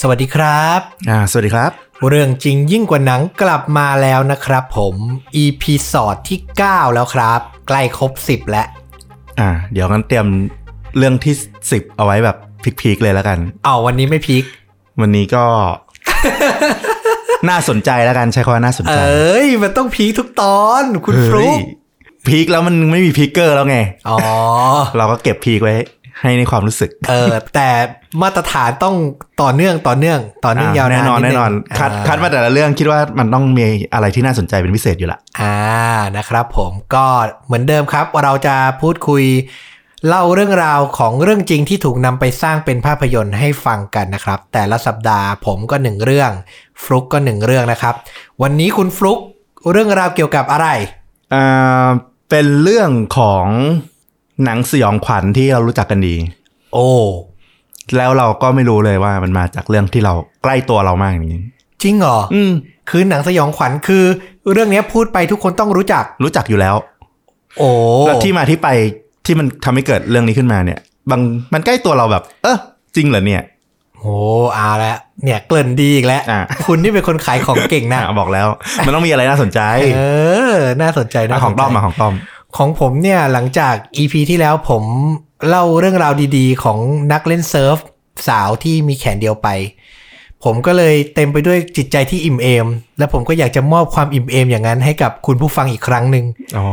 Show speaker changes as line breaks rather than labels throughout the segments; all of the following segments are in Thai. สวัสดีครับ
อ่าสวัสดีครับ
เรื่องจริงยิ่งกว่าหนังกลับมาแล้วนะครับผม EP สอดที่ 9 แล้วครับ ใกล้ครบ 10 แล้ว
อ่า เดี๋ยวงั้นเตรียมเรื่องที่สิบเอาไว้แบบพีคๆเลยแล้วกัน
เอาวันนี้ไม่พีค
วันนี้ก็ น่าสนใจแล้วกันใช้คำว่าน่าสน
เอ
ใจ้
ย มันต้องพีคทุกตอน คุณฟลุ
เฮ้
ก
ยพีคแล้วมันไม่มีพีคเกอร์แล้วไง
อ๋อ
เราก็เก็บพีคไว้ให้ในความรู้สึก
เออ แต่มาตรฐานต้องต่อเนื่องต่อเนื่อง ต่อเนื่องยาว
อ่าแน่นอ
ด
น
ง
แน่นอนคัด
อ่
คัดมาแต่ละเรื่องคิดว่ามันต้องมีอะไรที่น่าสนใจเป็นพิเศษอยู่ละ
อ่านะครับผมก็เหมือนเดิมครับเราจะพูดคุย เล่าเรื่องราวของเรื่องจริงที่ถูกนำไปสร้างเป็นภาพยนตร์ให้ฟังกันนะครับ แต่ละสัปดาห์ผมก็หนึ่งเรื่อง ฟลุกก็หนึ่งเรื่องนะครับ วันนี้คุณฟลุกเรื่องราวเกี่ยวกับอะไร
อ่าเป็นเรื่องของหนังสยองขวัญที่เรารู้จักกันดี
โอ้
แล้วเราก็ไม่รู้เลยว่ามันมาจากเรื่องที่เราใกล้ตัวเรามากอย่างนี้
จริงเหรอ
อืม
คือหนังสยองขวัญคือ เรื่องเนี้ยพูดไปทุกคนต้องรู้จัก
รู้จักอยู่แล้ว
โอ้
แล้วที่มาที่ไปที่มันทำให้เกิดเรื่องนี้ขึ้นมาเนี่ย บางมันใกล้ตัวเราแบบ เออจริงเหรอเนี่ย
โอ้เอาละเนี่ยเกริ่นดีอีกแล้ว
อ่ะ
คุณนี่เป็นคนขายของเก่งนะ
อ่ะบอกแล้ว มันต้องมีอะไรน่าสนใจ
เออ น่าสนใจนะ
อ่ะของต้อมมาของต้อม
ของผมเนี่ยหลังจาก EP ที่แล้วผมเล่าเรื่องราวดีๆ ของนักเล่นเซิร์ฟสาวที่มีแขนเดียวไป ผมก็เลยเต็มไปด้วยจิตใจที่อิ่มเอม และผมก็อยากจะมอบความอิ่มเอมอย่างนั้นให้กับคุณผู้ฟังอีกครั้งหนึ่ง
อ๋อ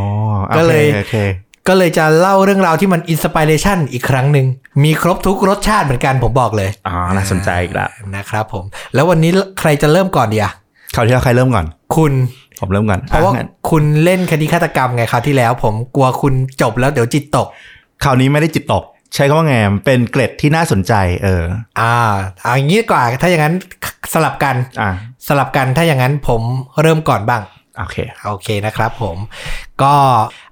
โอค
ก็เลย
โอเค
ก็เลยจะเล่าเรื่องราวที่มันอินสปิเรชันอีกครั้งหนึ่งมีครบทุกรสชาติเหมือนกันผมบอกเลย
อ๋อ น่าสนใจอีกละ
นะครับผม แล้ววันนี้ใครจะเริ่มก่อนดีอะ
คราวที่แล้วใครเริ่มก่อน
คุณ
ผมเริ่มก่อน
เพราะว่า
อ่งั้น
คุณเล่นคดีฆาตกรรมไงคราวที่แล้ว ผมกลัวคุณจบแล้วเดี๋ยวจิตตก
คราวนี้ไม่ได้จิตตก ใช้คำว่าไงมันเป็นเกร็ดที่น่าสนใจ เออ
อ่าเอาอย่างนี้ดีกว่าถ้าอย่างนั้นสลับกัน
อ่ะ
สลับกันถ้าอย่างนั้นผมเริ่มก่อนบ้าง
โอเค
โอเคนะครับผม ก็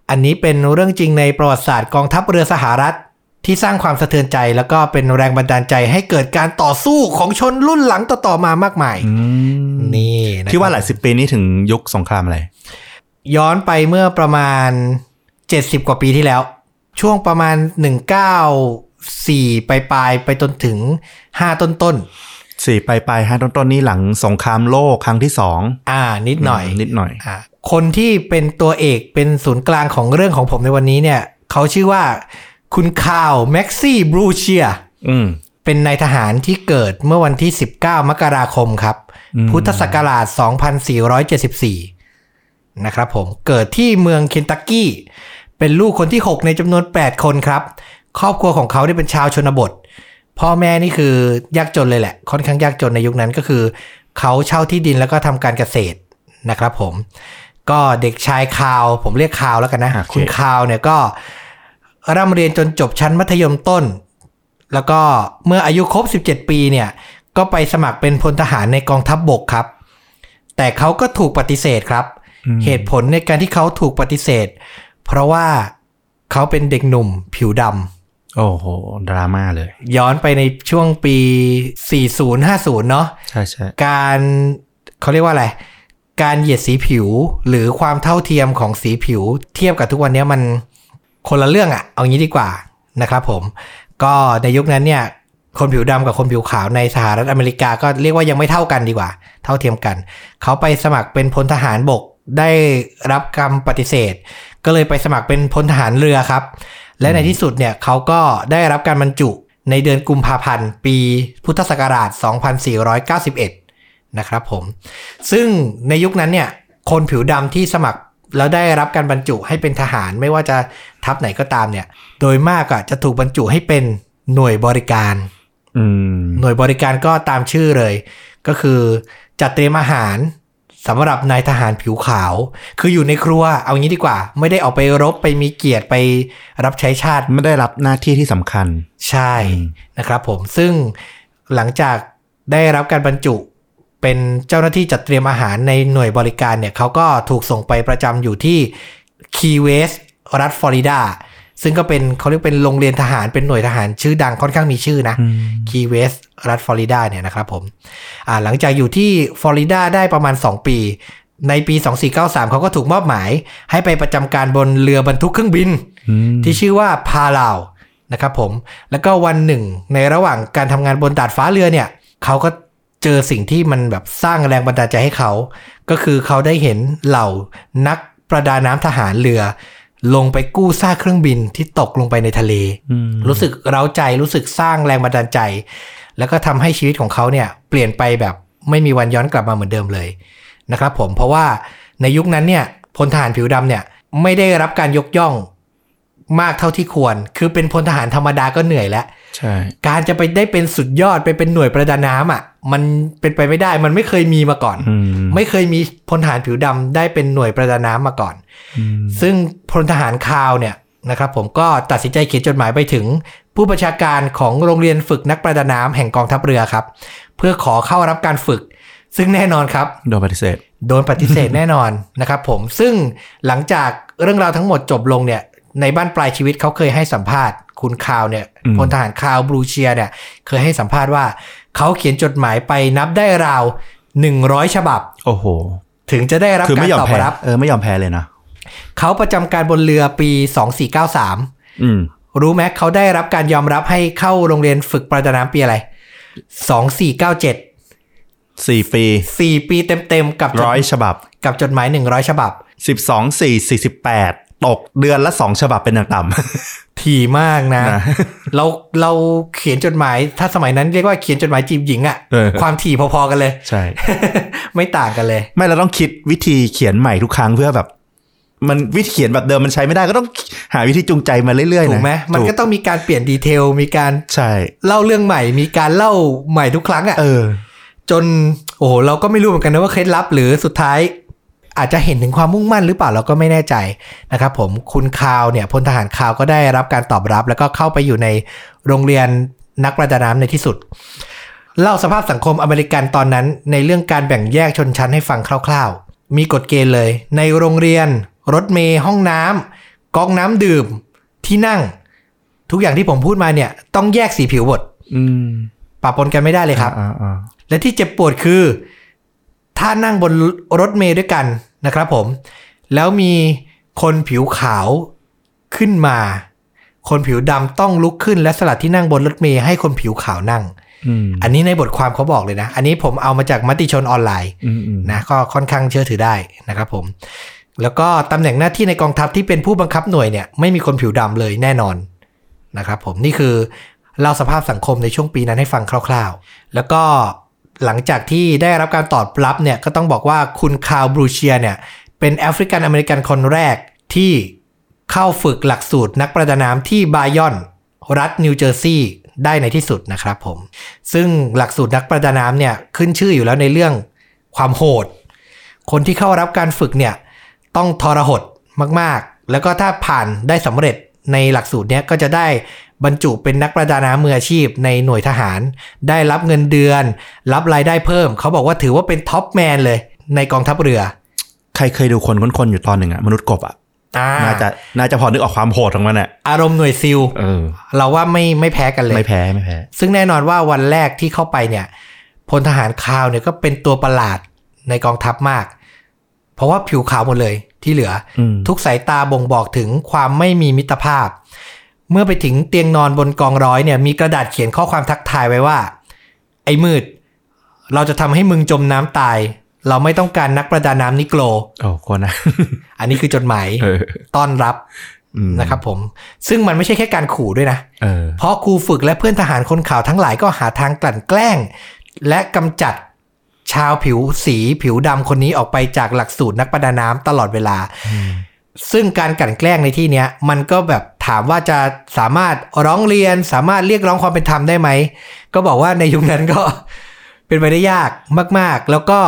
อันนี้เป็นเรื่องจริงในประวัติศาสตร์กองทัพเรือสหรัฐ ที่สร้างความสะเทือนใจ แล้วก็เป็นแรงบันดาลใจให้เกิดการต่อสู้ของชนรุ่นหลังต่อๆมามากมาย
อืม
นี่นะครับ
ที่ว่าหลายสิบปีนี้ถึงยุคสงครามอะไร
ย้อนไปเมื่อประมาณ 70 กว่าปีที่แล้ว ช่วงประมาณ 194 ปลายปลายๆไปจนถึง 5 ต้นต้น
สี่ปลายปลายๆห้าต้นต้นๆนี่หลังสงครามโลกครั้งที่สอง
ๆอ่า นิดหน่อย
มนิดหน่อย
อ่ะคนที่เป็นตัวเอกเป็นศูนย์กลางของเรื่องของผมในวันนี้เนี่ย เขาชื่อว่า คุณข่าวแม็กซี่บรูเชีย
อืม
เป็นนายทหารที่เกิดเมื่อวันที่ 19 มกราคมครับ
อืม
พุทธศักราช 2474 นะครับผม เกิดที่เมืองเคนตักกี้ เป็นลูกคนที่ 6 ในจำนวน 8 คนครับ ครอบครัวของเขาได้เป็นชาวชนบท พ่อแม่นี่คือยากจนเลยแหละ ค่อนข้างยากจนในยุคนั้นก็คือ เขาเช่าที่ดินแล้วก็ทำการเกษตรนะครับผม ก็เด็กชายคาว ผมเรียกคาวแล้วกันนะ
โอเค
คุณคาวเนี่ยก็ร่ำเรียนจนจบชั้นมัธยมต้น แล้วก็เมื่ออายุครบ 17 ปีเนี่ย ก็ไปสมัครเป็นพลทหารในกองทัพบบกครับ แต่เขาก็ถูกปฏิเสธครับ
อืม
เหตุผลในการที่เขาถูกปฏิเสธ เพราะว่าเขาเป็นเด็กหนุ่มผิวด
โอ้โห ดราม่าเลย
ำย้อนไปในช่วงปี 40-50 เนาะ
ใช่ใช่
การเขาเรียกว่าอะไร การเหยียดสีผิวหรือความเท่าเทียมของสีผิว เทียบกับทุกวันเนี้ยมันคนละเรื่องอะเอางี้ดีกว่านะครับผม ก็ในยุคนั้นเนี่ย คนผิวดำกับคนผิวขาวในสหรัฐอเมริกาก็เรียกว่ายังไม่เท่ากันดีกว่า เท่าเทียมกัน เขาไปสมัครเป็นพลทหารบกได้รับคำปฏิเสธ ก็เลยไปสมัครเป็นพลทหารเรือครับ และในที่สุดเนี่ยเขาก็ได้รับการบรรจุในเดือนกุมภาพันธ์ ปีพุทธศักราช 2491 นะครับผม ซึ่งในยุคนั้นเนี่ยคนผิวดำที่สมัครแล้วได้รับการบรรจุให้เป็นทหารไม่ว่าจะทัพไหนก็ตามเนี่ย โดยมากอะจะถูกบรรจุให้เป็นหน่วยบริการ
อืม
หน่วยบริการก็ตามชื่อเลย ก็คือจัดเตรียมอาหารสำหรับนายทหารผิวขาว คืออยู่ในครัวเอางี้ดีกว่า ไม่ได้ออกไปรบไปมีเกียรติไปรับใช้ชาติ
ไม่ได้รับหน้าที่ที่สำคัญ
ใช่
อืม
นะครับผมซึ่งหลังจากได้รับการบรรจุเป็นเจ้าหน้าที่จัดเตรียมอาหารในหน่วยบริการเนี่ยเขาก็ถูกส่งไปประจำอยู่ที่คีเวสรัฐฟลอริดา ซึ่งก็เป็นเขาเรียกเป็นโรงเรียนทหารเป็นหน่วยทหารชื่อดังค่อนข้างมีชื่อนะ คีเวสรัฐฟลอริดาเนี่ยนะครับผมอ่าหลังจากอยู่ที่ฟลอริดาได้ประมาณ 2 ปี ในปี 2493 เขาก็ถูกมอบหมาย ให้ไปประจำการบนเรือบรรทุกเครื่องบิน
อืม
ที่ชื่อว่าพาลาวนะครับผม แล้วก็วันหนึ่งในระหว่างการทำงานบนดาดฟ้าเรือเนี่ย เขาก็ เจอสิ่งที่มันแบบสร้างแรงบันดาลใจให้เขา ก็คือเขาได้เห็นเหล่านักประดาน้ำทหารเรือ ลงไปกู้ซากเครื่องบินที่ตกลงไปในทะเล
อืม
รู้สึกเร้าใจรู้สึกสร้างแรงบันดาลใจ แล้วก็ทำให้ชีวิตของเขาเนี่ยเปลี่ยนไปแบบไม่มีวันย้อนกลับมาเหมือนเดิมเลยนะครับผมเพราะว่าในยุคนั้นเนี่ยพลทหารผิวดำเนี่ยไม่ได้รับการยกย่องมากเท่าที่ควร คือเป็นพลทหารธรรมดาก็เหนื่อยแล้ว
ใช่
การจะไปได้เป็นสุดยอดไปเป็นหน่วยประดาน้ำอ่ะมันเป็นไปไม่ได้มันไม่เคยมีมาก่อน
อืม
ไม่เคยมีพลทหารผิวดำได้เป็นหน่วยประดาน้ำมาก่อน
อืม
ซึ่งพลทหารคาวเนี่ยนะครับผมก็ตัดสินใจเขียนจดหมายไปถึง ผู้บัญชาการของโรงเรียนฝึกนักประดาน้ำแห่งกองทัพเรือครับ เพื่อขอเข้ารับการฝึก ซึ่งแน่นอนครับ
โดนปฏิเสธ
โดนปฏิเสธ แน่นอนนะครับผมซึ่งหลังจากเรื่องราวทั้งหมดจบลงเนี่ยในบ้านปลายชีวิตเขาเคยให้สัมภาษณ์ คุณคาวเนี่ย
อืม
พลทหารคาวบลูเชียเนี่ยเคยให้สัมภาษณ์ว่า เขาเขียนจดหมายไปนับได้ราว 100 ฉบับ
โอ้โห
ถึงจะได้รับ
คือ
การ
ไม่ยอม
ตอบ
แพ้
รับ
เออไม่ยอมแพ้เลยนะ
เขาประจำการบนเรือปี 2493
อืม
รู้ไหมเขาได้รับการยอมรับให้เข้าโรงเรียนฝึกประดาน้ำปีอะไร 2497
สี่ปี
4 ปีเต็มๆกับจด
ร้อยฉบับ
กับจดหมาย 100 ฉบับ
สิบสองสี่สี่สิบแปดตกเดือนละสองฉบับเป็นอย่างต่ำ
ถี่มากนะ
นะ
เราเราเขียนจดหมาย ถ้าสมัยนั้นเรียกว่าเขียนจดหมายจีบหญิงอะ
เออ
ความถี่พอๆกันเลย
ใช่
ไม่ต่างกันเลย
ไม่เราต้องคิดวิธีเขียนใหม่ทุกครั้งเพื่อแบบ มันวิธีเขียนแบบเดิมมันใช้ไม่ได้ก็ต้องหาวิธีจูงใจมาเรื่อยๆนะ
ถูกไหมมันก็
ถู
ต้องมีการเปลี่ยนดีเทล มีการ
ใช่
เล่าเรื่องใหม่ มีการเล่าใหม่ทุกครั้งอะ
เออ
จนโอ้โหเราก็ไม่รู้เหมือนกันนะว่าเคล็ดลับหรือสุดท้าย อาจจะเห็นถึงความมุ่งมั่นหรือเปล่าเราก็ไม่แน่ใจนะครับผมคุณคาวเนี่ยพลทหารคาวก็ได้รับการตอบรับ แล้วก็เข้าไปอยู่ในโรงเรียนนักประดาน้ำในที่สุด เล่าสภาพสังคมอเมริกันตอนนั้น ในเรื่องการแบ่งแยกชนชั้นให้ฟังคร่าวๆ มีกฎเกณฑ์เลย ในโรงเรียน รถเมย์ห้องน้ำก๊อกน้ำดื่มที่นั่ง ทุกอย่างที่ผมพูดมาเนี่ยต้องแยกสีผิวหมด
อืม
ปะปนกันไม่ได้เลยครับ
อ่าอ่า
และที่เจ็บปวดคือ ถ้านั่งบนรถเมล์ด้วยกันนะครับผม แล้วมีคนผิวขาวขึ้นมา คนผิวดำต้องลุกขึ้นและสลัดที่นั่งบนรถเมล์ให้คนผิวขาวนั่ง
อืม
อันนี้ในบทความเขาบอกเลยนะ อันนี้ผมเอามาจากมติชนออนไลน์
อืมอืม
นะก็ค่อนข้างเชื่อถือได้นะครับผม แล้วก็ตำแหน่งหน้าที่ในกองทัพที่เป็นผู้บังคับหน่วยเนี่ยไม่มีคนผิวดำเลยแน่นอนนะครับผมนี่คือเล่าสภาพสังคมในช่วงปีนั้นให้ฟังคร่าวๆ แล้วก็หลังจากที่ได้รับการตอบรับเนี่ยก็ต้องบอกว่าคุณคาวบรูเชียเนี่ยเป็นแอฟริกันอเมริกันคนแรกที่เข้าฝึกหลักสูตรนักประดาน้ำที่บายอน รัฐนิวเจอร์ซีย์ได้ในที่สุดนะครับผม ซึ่งหลักสูตรนักประดาน้ำเนี่ยขึ้นชื่ออยู่แล้วในเรื่องความโหด คนที่เข้ารับการฝึกเนี่ยต้องทรหดมากๆ แล้วก็ถ้าผ่านได้สำเร็จในหลักสูตรเนี้ยก็จะได้บรรจุเป็นนักประดาน้ำมืออาชีพในหน่วยทหาร ได้รับเงินเดือน รับรายได้เพิ่ม เขาบอกว่าถือว่าเป็นท็อปแมนเลยในกองทัพเรือ
ใครเคยดูคนค้นๆอยู่ตอนหนึ่งอะมนุษย์กบอะ
อ่า
น่าจะน่าจะพอนึกออกความโหดของมันอะ
อารมณ์หน่วยซิล
เออ
เราว่าไม่ไม่แพ้กันเลย
ไม่แพ้ไม่แพ้
ซึ่งแน่นอนว่าวันแรกที่เข้าไปเนี่ยพลทหารคาวเนี่ยก็เป็นตัวประหลาดในกองทัพมาก เพราะว่าผิวขาวหมดเลยที่เหลืออ
ม
ทุกสายตาบ่งบอกถึงความไม่มีมิตรภาพ เมื่อไปถึงเตียงนอนบนกองร้อยเนี่ยมีกระดาษเขียนข้อความทักทายไว้ว่า ไอ้มืด เราจะทำให้มึงจมน้ำตาย เราไม่ต้องการนักประดาน้ำนิโกร
โอ้คนนะ
อันนี้คือจดหมาย
เออ
ต้อนรับ
อืม
นะครับผม ซึ่งมันไม่ใช่แค่การขู่ด้วยนะ
เออ
เพราะครูฝึกและเพื่อนทหารคนขาวทั้งหลายก็หาทางกลั่นแกล้ง และกำจัดชาวผิวสีผิวดำคนนี้ออกไปจากหลักสูตรนักประดาน้ำตลอดเวลา ซึ่งการกลั่นแกล้งในที่เนี้ย มันก็แบบถามว่าจะสามารถร้องเรียนสามารถเรียกร้องความเป็นธรรมได้ไหม ก็บอกว่าในยุคนั้นก็ เป็นไปได้ยากมาก ๆ แล้วก็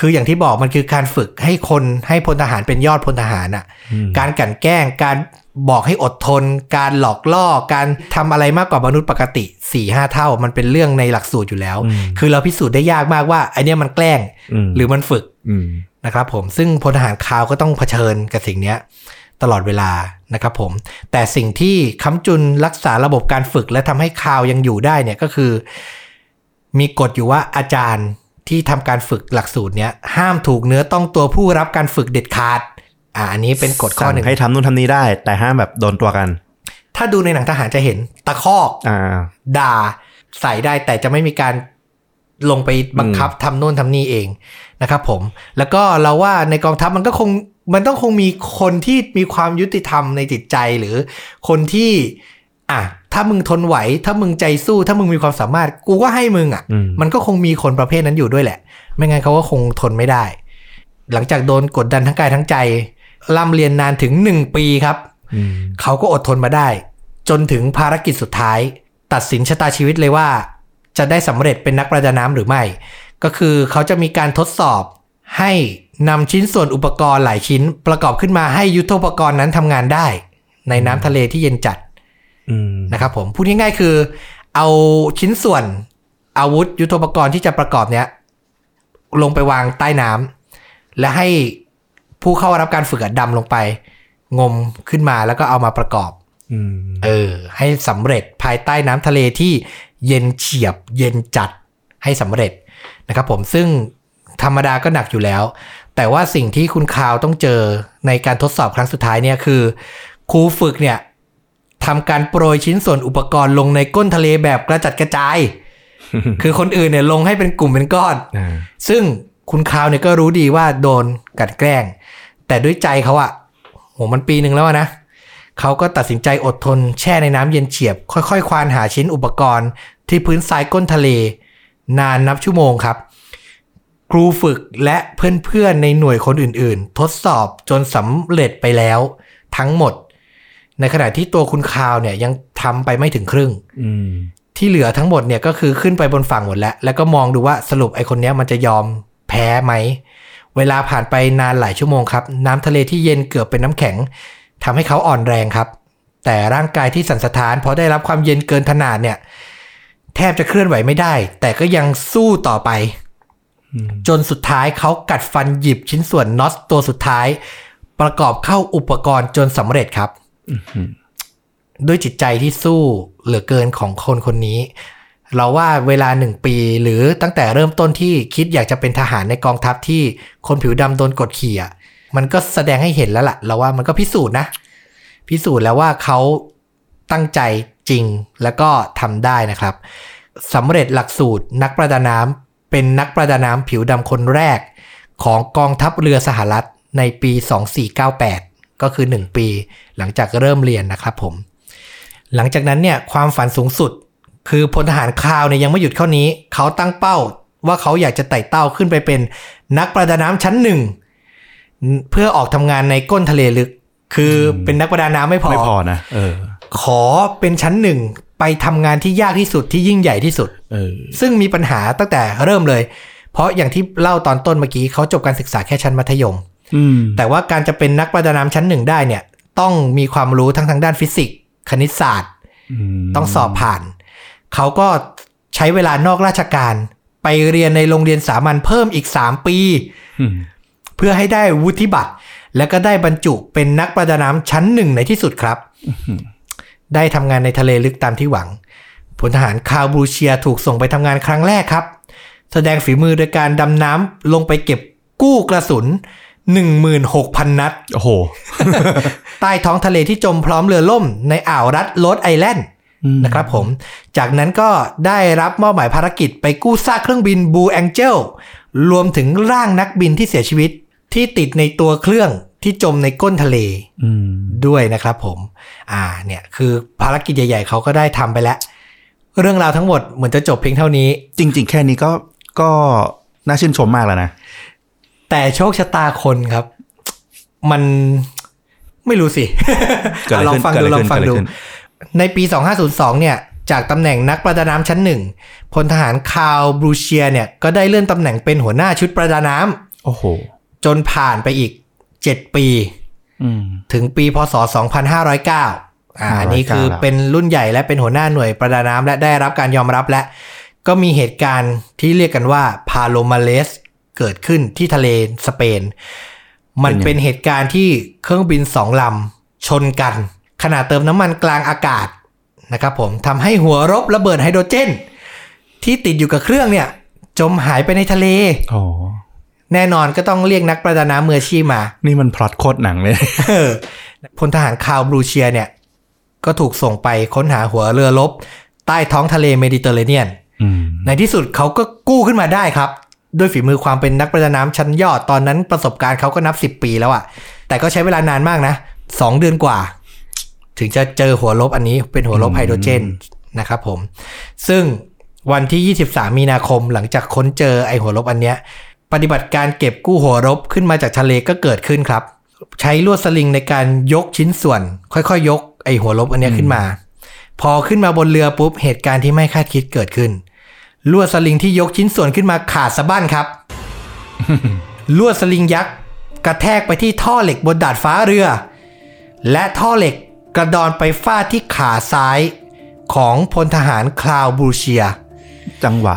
คืออย่างที่บอกมันคือการฝึกให้คนให้พลทหารเป็นยอดพลทหารอ่ะ
อืม
การกลั่นแกล้งการบอกให้อดทน การหลอกล่อ การทำอะไรมากกว่ามนุษย์ปกติ4ี่ห้าเท่า มันเป็นเรื่องในหลักสูตรอยู่แล้ว
อืม
คือเราพิสูจน์ได้ยากมากว่าไอเนี้ยมันแกล้ง
ม
หรือมันฝึก
ม
นะครับผมซึ่งพลทหารคาวก็ต้องเผชิญกับสิ่งเนี้ยตลอดเวลานะครับผมแต่สิ่งที่ค้ำจุนรักษาระบบการฝึกและทำให้คาวยังอยู่ได้เนี่ยก็คือ มีกฎอยู่ว่าอาจารย์ที่ทำการฝึกหลักสูตรเนี้ยห้ามถูกเนื้อต้องตัวผู้รับการฝึกเด็ดขาดอ่าอันนี้เป็นกฎข้อหนึ่ง
สั่ให้ทำนู่นทำนี้ได้ แต่ห้ามแบบโดนตัวกัน
ถ้าดูในหนังทหารจะเห็นตะคอก
อ่า
ด่าใส่ได้แต่จะไม่มีการ ลงไปบังคับทำโน่นทำนี่เองนะครับผม แล้วก็เราว่าในกองทัพมันก็คงมันต้องคงมีคนที่มีความยุติธรรมในจิตใจหรือคนที่ อ่ะถ้ามึงทนไหว ถ้ามึงใจสู้ ถ้ามึงมีความสามารถ กูก็ให้มึงอ่ะ
อืม
มันก็คงมีคนประเภทนั้นอยู่ด้วยแหละ ไม่งั้นเขาก็คงทนไม่ได้ หลังจากโดนกดดันทั้งกายทั้งใจร่ำเรียนนานถึงหนึ่งปีครับ
อืม
เขาก็อดทนมาได้ จนถึงภารกิจสุดท้าย ตัดสินชะตาชีวิตเลยว่า จะได้สำเร็จเป็นนักประดาน้ำหรือไม่ ก็คือเขาจะมีการทดสอบให้นำชิ้นส่วนอุปกรณ์หลายชิ้น ประกอบขึ้นมาให้ยุทโธปกรณ์นั้นทำงานได้ ในน้ำทะเลที่เย็นจัด
อืม
นะครับผมพูดง่ายๆคือ เอาชิ้นส่วนอาวุธยุทโธปกรณ์ที่จะประกอบเนี้ยลงไปวางใต้น้ำและให้ผู้เข้ารับการฝึกอะดำลงไป งมขึ้นมาแล้วก็เอามาประกอบ
อืม
เออ ให้สำเร็จภายใต้น้ำทะเลที่เย็นเฉียบ เย็นจัดให้สำเร็จนะครับผมซึ่งธรรมดาก็หนักอยู่แล้ว แต่ว่าสิ่งที่คุณคาวต้องเจอในการทดสอบครั้งสุดท้ายเนี่ยคือครูฝึกเนี่ยทำการโปรยชิ้นส่วนอุปกรณ์ลงในก้นทะเลแบบกระจัดกระ จาย คือคนอื่นเนี่ยลงให้เป็นกลุ่มเป็นก้อน
อ่า
ซึ่งคุณคาวเนี่ยก็รู้ดีว่าโดนกลัดแกล้ง แต่ด้วยใจเขาอะโหมันปีหนึ่งแล้วอะนะเขาก็ตัดสินใจอดทนแช่ในน้ำเย็นเฉียบ ค่อยๆ ควานหาชิ้นอุปกรณ์ ที่พื้นทรายก้นทะเล นานนับชั่วโมงครับ ครูฝึกและเพื่อนๆ ในหน่วยคนอื่นๆ ทดสอบจนสำเร็จไปแล้วทั้งหมด ในขณะที่ตัวคุณคาวเนี่ยยังทำไปไม่ถึงครึ่ง
อืม
ที่เหลือทั้งหมดเนี่ยก็คือขึ้นไปบนฝั่งหมดแล้ว แล้วก็มองดูว่าสรุปไอคนเนี้ยมันจะยอมแพ้ไหม เวลาผ่านไปนานหลายชั่วโมงครับ น้ำทะเลที่เย็นเกือบเป็นน้ำแข็งทำให้เขาอ่อนแรงครับ แต่ร่างกายที่สั่นสะท้านเพราะได้รับความเย็นเกินขนาดเนี่ย แทบจะเคลื่อนไหวไม่ได้ แต่ก็ยังสู้ต่อไป จนสุดท้ายเขากัดฟันหยิบชิ้นส่วนน็อตตัวสุดท้าย ประกอบเข้าอุปกรณ์จนสำเร็จครับ ด้วยจิตใจที่สู้เหลือเกินของคนคนนี้ เราว่าเวลาหนึ่งปีหรือตั้งแต่เริ่มต้นที่คิดอยากจะเป็นทหารในกองทัพที่คนผิวดำโดนกดขี่อะมันก็แสดงให้เห็นแล้วล่ะ เราว่ามันก็พิสูจน์นะ พิสูจน์แล้วว่าเขาตั้งใจจริงแล้วก็ทำได้นะครับสำเร็จหลักสูตรนักประดาน้ำเป็นนักประดาน้ำผิวดำคนแรก ของกองทัพเรือสหรัฐในปี 2498 ก็คือ 1 ปีหลังจากเริ่มเรียนนะครับผม หลังจากนั้นเนี่ยความฝันสูงสุด คือพลทหารคราวเนี่ยยังไม่หยุดเท่านี้ เขาตั้งเป้าว่าเขาอยากจะไต่เต้าขึ้นไปเป็นนักประดาน้ำชั้นหนึ่ง เพื่อออกทำงานในก้นทะเลลึก คือเป็นนักประดาน้ำไม่พอ
ไม่พอนะเออ
ขอเป็นชั้นหนึ่งไปทำงานที่ยากที่สุดที่ยิ่งใหญ่ที่สุด
เออ
ซึ่งมีปัญหาตั้งแต่เริ่มเลย เพราะอย่างที่เล่าตอนต้นเมื่อกี้เขาจบการศึกษาแค่ชั้นมัธยม
อืม
แต่ว่าการจะเป็นนักประดาน้ำชั้นหนึ่งได้เนี่ย ต้องมีความรู้ทั้งทางด้านฟิสิกส์ คณิตศาสตร์
ม
ต้องสอบผ่าน เขาก็ใช้เวลานอกราชการ ไปเรียนในโรงเรียนสามัญเพิ่มอีก 3 ปี
อืม
เพื่อให้ได้วุฒิบัตร และก็ได้บรรจุเป็นนักประดาน้ำชั้นหนึ่งในที่สุดครับ ได้ทำงานในทะเลลึกตามที่หวังพลทหารคาบูเชียถูกส่งไปทำงานครั้งแรกครับ แสดงฝีมือโดยการดำน้ำลงไปเก็บกู้กระสุน 16,000 นัด
โอ้โห
ใต้ท้องทะเลที่จมพร้อมเรือล่มในอ่าวรัฐโรดไอแลนด์
อืม
นะครับผม จากนั้นก็ได้รับมอบหมายภารกิจไปกู้ซากเครื่องบินบูแองเจลรวมถึงร่างนักบินที่เสียชีวิตที่ติดในตัวเครื่องที่จมในก้นทะเล
อืม
ด้วยนะครับผม อ่า เนี่ย คือภารกิจใหญ่ ๆ เขาก็ได้ทำไปแล้ว เรื่องราวทั้งหมดเหมือนจะจบเพียงเท่านี้
จริง ๆ แค่นี้ก็ก็น่าชื่นชมมากแล้วนะ
แต่โชคชะตาคนครับ มันไม่รู้สิ
เกิดอะ ไร
ลอ
ขึ้
ง
น
ฟัง
เกิด
ดู
อะไร
ลอ
ขึ้
ง
น
ฟัง
เกิดอะไร
ดู
ขึ้น
ในปี 2502 เนี่ย จากตำแหน่งนักประดาน้ำชั้นหนึ่งพลทหารคาวบรูเชียเนี่ย ก็ได้เลื่อนตำแหน่งเป็นหัวหน้าชุดประดาน้
โอ้โห
ำจนผ่านไปอีก 7 ปี
อืม
ถึงปีพศ 2509 อ่า
509
อันนี้คือ
แล้ว
เป็นรุ่นใหญ่และเป็นหัวหน้าหน่วยประดาน้ำและได้รับการยอมรับและ ก็มีเหตุการณ์ที่เรียกกันว่าพาโลมาเลสเกิดขึ้นที่ทะเลสเปน มันเป็นเหตุการณ์ที่เครื่องบินสองลำชนกัน ขณะเติมน้ำมันกลางอากาศนะครับผมทำให้หัวรบระเบิดไฮโดรเจน ที่ติดอยู่กับเครื่องเนี่ย จมหายไปในทะเล
โอ้โห
แน่นอนก็ต้องเรียกนักประดาน้ำมืออาชีพมา
นี่มันพล็อตโคตรหนังเลย
เออพลทหารคาวบรูเชียเนี่ย ก็ถูกส่งไปค้นหาหัวเรือรบใต้ท้องทะเลเมดิเตอร์เรเนียน
อืม
ในที่สุดเขาก็กู้ขึ้นมาได้ครับ ด้วยฝีมือความเป็นนักประดาน้ำชั้นยอดตอนนั้นประสบการณ์เขาก็นับ 10 ปีแล้วอะแต่ก็ใช้เวลานานมากนะ 2 เดือนกว่า ถึงจะเจอหัวลบอันนี้เป็นหัวลบไฮโดรเจนนะครับผม ซึ่งวันที่ 23 มีนาคมหลังจากค้นเจอไอหัวลบอันเนี้ย ปฏิบัติการเก็บกู้หัวลบขึ้นมาจากทะเลก็เกิดขึ้นครับ ใช้ลวดสลิงในการยกชิ้นส่วน ค่อยๆ ยกไอหัวลบอันเนี้ยขึ้นมา พอขึ้นมาบนเรือปุ๊บเหตุการณ์ที่ไม่คาดคิดเกิดขึ้น ลวดสลิงที่ยกชิ้นส่วนขึ้นมาขาดสะบั้นครับ ลวดสลิงยักษ์กระแทกไปที่ท่อเหล็กบนดาดฟ้าเรือ และท่อเหล็กกระดอนไปฟาดที่ขาซ้ายของพลทหารคลาวบูเชีย
จังหวะ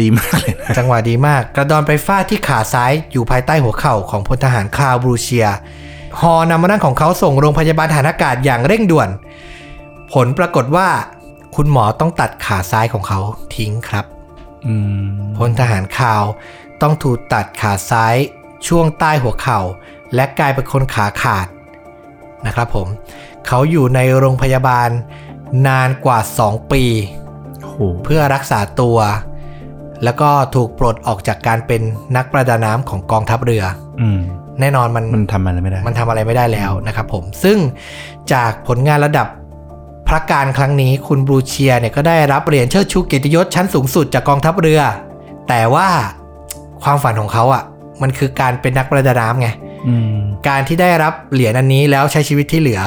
ดีมากเลยนะ
จังหวะดีมาก กระดอนไปฟาดที่ขาซ้ายอยู่ภายใต้หัวเข่าของพลทหารคลาวบูเชีย ฮอนำมานั่งของเขาส่งโรงพยาบาลฐานอากาศอย่างเร่งด่วน ผลปรากฏว่า คุณหมอต้องตัดขาซ้ายของเขาทิ้งครับ
อืม
พลทหารข่าวต้องถูกตัดขาซ้ายช่วงใต้หัวเข่า และกลายเป็นคนขาขาดนะครับผม เขาอยู่ในโรงพยาบาลนานกว่า 2 ปี
โห
เพื่อรักษาตัว แล้วก็ถูกปลดออกจากการเป็นนักประดาน้ำของกองทัพเรือ
อืม
แน่นอนมัน
มันทำอะไรไม่ได้
มันทำอะไรไม่ได้แล้วนะครับผมซึ่งจากผลงานระดับพระการครั้งนี้คุณบรูเชียเนี่ยก็ได้รับเหรียญเชิดชูเกียรติยศชั้นสูงสุดจากกองทัพเรือ แต่ว่าความฝันของเขาอะ่ะ มันคือการเป็นนักประดาน้ำไง
อืม
การที่ได้รับเหรียญอันนี้แล้วใช้ชีวิตที่เหลือ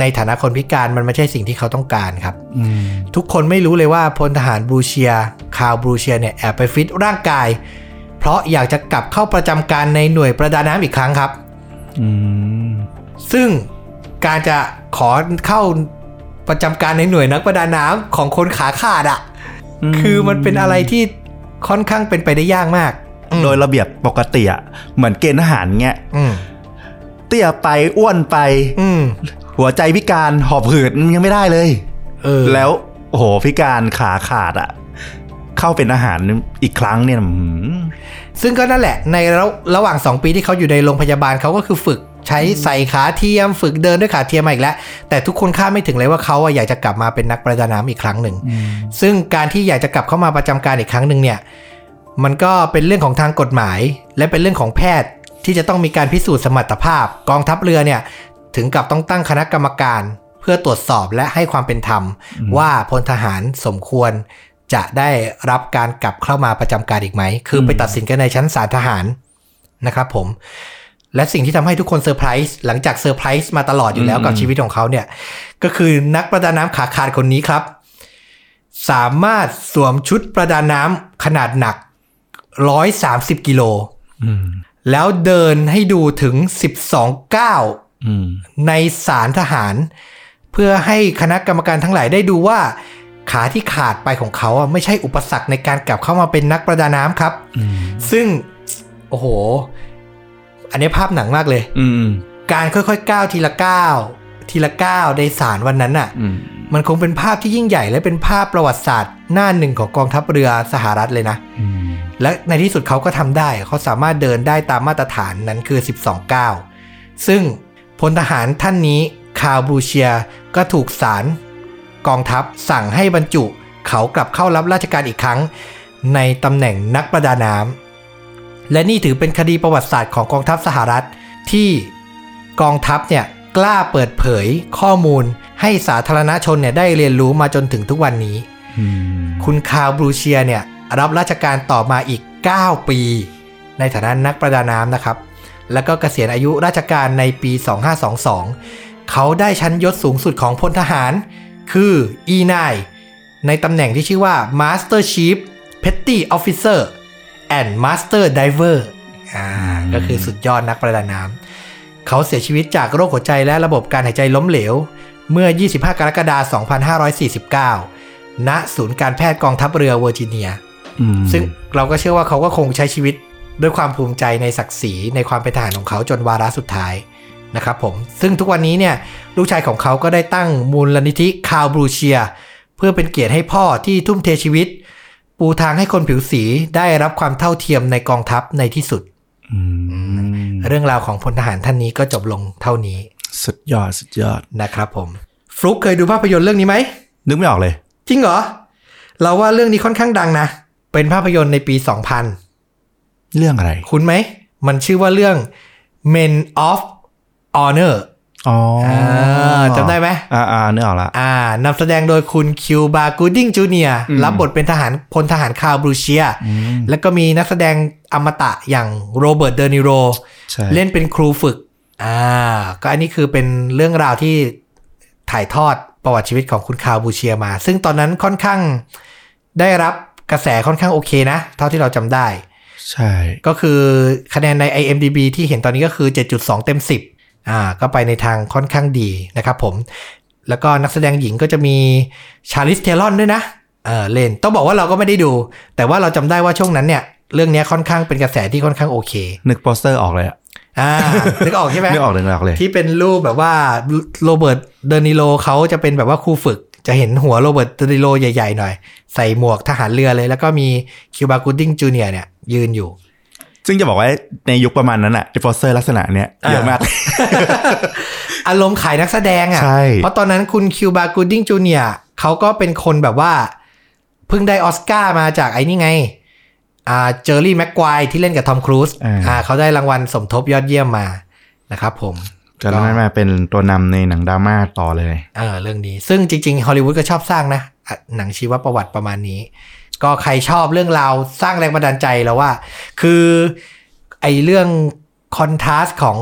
ในฐานะคนพิการมันไม่ใช่สิ่งที่เขาต้องการครับ
อืม
ทุกคนไม่รู้เลยว่าพลทหารบรูเชียคาวบรูเชียเนี่ยแอบไปฟิตร่างกาย เพราะอยากจะกลับเข้าประจำการในหน่วยประดาน้ำอีกครั้งครับ
อืม
ซึ่งการจะขอเข้าประจำการในหน่วยนักประดาน้ำของคนขาขาดอะ่ะ
อืม
คือมันเป็นอะไรที่ค่อนข้างเป็นไปได้ยากมากอืม
โดยระเบียบปกติอะเหมือนเกณฑ์ทหารเงี้ย
อืม
เตี้ยไปอ้วนไป
อืม
หัวใจพิการหอบหืดมันยังไม่ได้เลย
เออ
แล้วโอ้โหพิการขาขาดอะเข้าเป็นอาหารอีกครั้งเนี่ยอืม
ซึ่งก็นั่นแหละ ในระระหว่าง 2 ปีที่เขาอยู่ในโรงพยาบาลเขาก็คือฝึกใช้ใส่ขาเทียม ฝึกเดินด้วยขาเทียมมาอีกแล้ว แต่ทุกคนคาดไม่ถึงเลยว่าเขาอะอยากจะกลับมาเป็นนักประดาน้ำอีกครั้งหนึ่ง ซึ่งการที่อยากจะกลับเข้ามาประจำการอีกครั้งหนึ่งเนี่ย มันก็เป็นเรื่องของทางกฎหมาย และเป็นเรื่องของแพทย์ที่จะต้องมีการพิสูจน์สมรรถภาพ กองทัพเรือเนี่ย ถึงกับต้องตั้งคณะกรรมการ เพื่อตรวจสอบและให้ความเป็นธรรม ว่าพลทหารสมควรจะได้รับการกลับเข้ามาประจำการอีกไหม คือไปตัดสินกันในชั้นศาลทหารนะครับผม และสิ่งที่ทำให้ทุกคนเซอร์ไพรส์หลังจากเซอร์ไพรส์มาตลอดอยู่แล้วกับชีวิตของเขาเนี่ย ก็คือนักประดาน้ำขาขาดคนนี้ครับ สามารถสวมชุดประดาน้ำขนาดหนัก 130 กิโล
อืม
แล้วเดินให้ดูถึง 12ก้าว
อืม
ในศาลทหาร เพื่อให้คณะกรรมการทั้งหลายได้ดูว่า ขาที่ขาดไปของเขาอะไม่ใช่อุปสรรคในการกลับเข้ามาเป็นนักประดาน้ำครับ
อืม
ซึ่ง โอ้โห อันนี้ภาพหนังมากเลย
อืม
การค่อยๆก้าวทีละก้าวทีละก้าวในศาลวันนั้นน่ะ
อืม
มันคงเป็นภาพที่ยิ่งใหญ่และเป็นภาพประวัติศาสตร์ หน้าหนึ่งของกองทัพเรือสหรัฐเลยนะ
อืม
และในที่สุดเขาก็ทำได้ เขาสามารถเดินได้ตามมาตรฐานนั้นคือ 12ก้าวซึ่งพลทหารท่านนี้คาวบรูเชียก็ถูกศาลกองทัพสั่งให้บรรจุ เขากลับเข้ารับราชการอีกครั้ง ในตำแหน่งนักประดาน้ำและนี่ถือเป็นคดีประวัติศาสตร์ของกองทัพสหรัฐ ที่กองทัพเนี่ยกล้าเปิดเผยข้อมูล ให้สาธารณชนเนี่ยได้เรียนรู้มาจนถึงทุกวันนี้
อืม
คุณคาวบรูเชียเนี่ยรับราชการต่อมาอีก 9 ปี ในฐานะนักประดาน้ำนะครับ แล้วก็เกษียณอายุราชการในปี 2522 เขาได้ชั้นยศสูงสุดของพลทหาร คือ E9 ในตำแหน่งที่ชื่อว่า Master Chief Petty Officer and Master Diver อ่าก็คือสุดยอดนักประดาน้ำเขาเสียชีวิตจากโรคหัวใจและระบบการหายใจล้มเหลว เมื่อ 25 กรกฎาคม 2549 ณศูนย์การแพทย์กองทัพเรือเวอร์จิเนีย
อืม
ซึ่งเราก็เชื่อว่าเขาก็คงใช้ชีวิตด้วยความภูมิใจในศักดิ์ศรีในความเป็นทหารของเขาจนวาระสุดท้ายนะครับผม ซึ่งทุกวันนี้เนี่ยลูกชายของเขาก็ได้ตั้งมูลนิธิคาวบรูเชีย เพื่อเป็นเกียรติให้พ่อที่ทุ่มเทชีวิต ปูทางให้คนผิวสีได้รับความเท่าเทียมในกองทัพในที่สุด
อืม
เรื่องราวของพลทหารท่านนี้ก็จบลงเท่านี้
สุดยอดสุดยอด
นะครับผมฟลุกเคยดูภาพยนตร์เรื่องนี้ไหม
นึกไม่ออกเลย
จริงเหรอ เราว่าเรื่องนี้ค่อนข้างดังนะ เป็นภาพยนตร์ในปี 2000
เรื่องอะไร
คุ้นไหม มันชื่อว่าเรื่อง Men of Honor
อ๋ออา
จำได้ไหม
อ่าอ่านึกออกละ
อ่านำแสดงโดยคุณคิวบากูดิงจูเนีย
อืม
รับบทเป็นทหารพลทหารคาวบรูเชีย
อืม
แล้วก็มีนักแสดงอมตะอย่างโรเบิร์ตเดนิโร
ใช่
เล่นเป็นครูฝึก อ่า ก็อันนี้คือเป็นเรื่องราวที่ถ่ายทอดประวัติชีวิตของคุณคาวบูเชียมา ซึ่งตอนนั้นค่อนข้างได้รับกระแสค่อนข้างโอเคนะ เท่าที่เราจำได้
ใช่
ก็คือคะแนนใน IMDB ที่เห็นตอนนี้ก็คือ 7.2 เต็ม 10 อ่า ก็ไปในทางค่อนข้างดีนะครับผม แล้วก็นักแสดงหญิงก็จะมีชาลิสเทลอนด้วยนะ เออเล่น ต้องบอกว่าเราก็ไม่ได้ดู แต่ว่าเราจำได้ว่าช่วงนั้นเนี่ย เรื่องเนี้ยค่อนข้างเป็นกระแสที่ค่อนข้างโอเค
นึกโปสเตอร์ออกเลยอะ
อ่า นึกออกใช่ไหม
นึกออกเลยนึกออกเลย
ที่เป็นรูปแบบว่าโรเบิร์ตเดนิโลเขาจะเป็นแบบว่าครูฝึก จะเห็นหัวโรเบิร์ตเดนิโลใหญ่ๆหน่อย ใส่หมวกทหารเรือเลย แล้วก็มีคิวบากูดดิ้งจูเนียร์เนี่ยยืนอยู่
ซึ่งจะบอกว่าในยุคประมาณนั้นอะไอ้โปสเตอร์ลักษณะเนี้ย
อ่า
เยอะมาก
อารมณ์ขายนักแสดง
ใช่
อะ่ะ เพราะตอนนั้นคุณคิวบากูดดิ้งจูเนียร์เขาก็เป็นคนแบบว่า เพิ่งได้ออสการ์มาจากไอ้นี่ไง อ่าเจอร์รี่แม็กควายที่เล่นกับทอมครูซอ่าเขาได้รางวัลสมทบยอดเยี่ยมมานะครับผม
จากนั้นมาเป็นตัวนำในหนังดราม่าต่อเลย
เออเรื่องนี้ซึ่งจริง ๆ ฮอลลีวูดก็ชอบสร้างนะอ่ะหนังชีวประวัติประมาณนี้ ก็ใครชอบเรื่องราวสร้างแรงบันดาลใจแล้วว่า คือไอเรื่องคอนทราสต์ของ